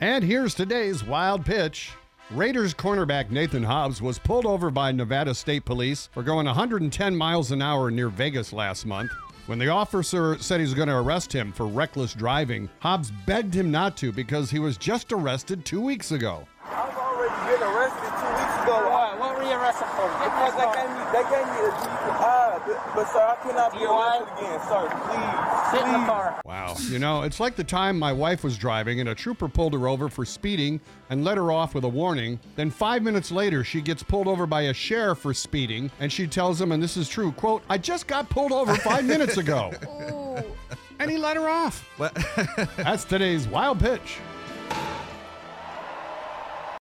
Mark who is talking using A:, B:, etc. A: And here's today's wild pitch. Raiders cornerback Nathan Hobbs was pulled over by Nevada State Police for going 110 miles an hour near Vegas last month. When the officer said he was going to arrest him for reckless driving, Hobbs begged him not to because he was just arrested two weeks ago.
B: I've already been arrested two weeks ago.
C: Why? What were you arrested for?
B: Because they gave me, they gave me a DUI, but, but sir, I cannot be
C: DUI?
B: arrested again, sir. Please,
C: Sit in the
B: please.
C: car.
A: Wow. You know, it's like the time my wife was driving and a trooper pulled her over for speeding and let her off with a warning. Then five minutes later, she gets pulled over by a sheriff for speeding and she tells him, and this is true, quote, I just got pulled over five minutes ago.
D: Ooh.
A: And he let her off.
E: Well,
A: That's today's wild pitch.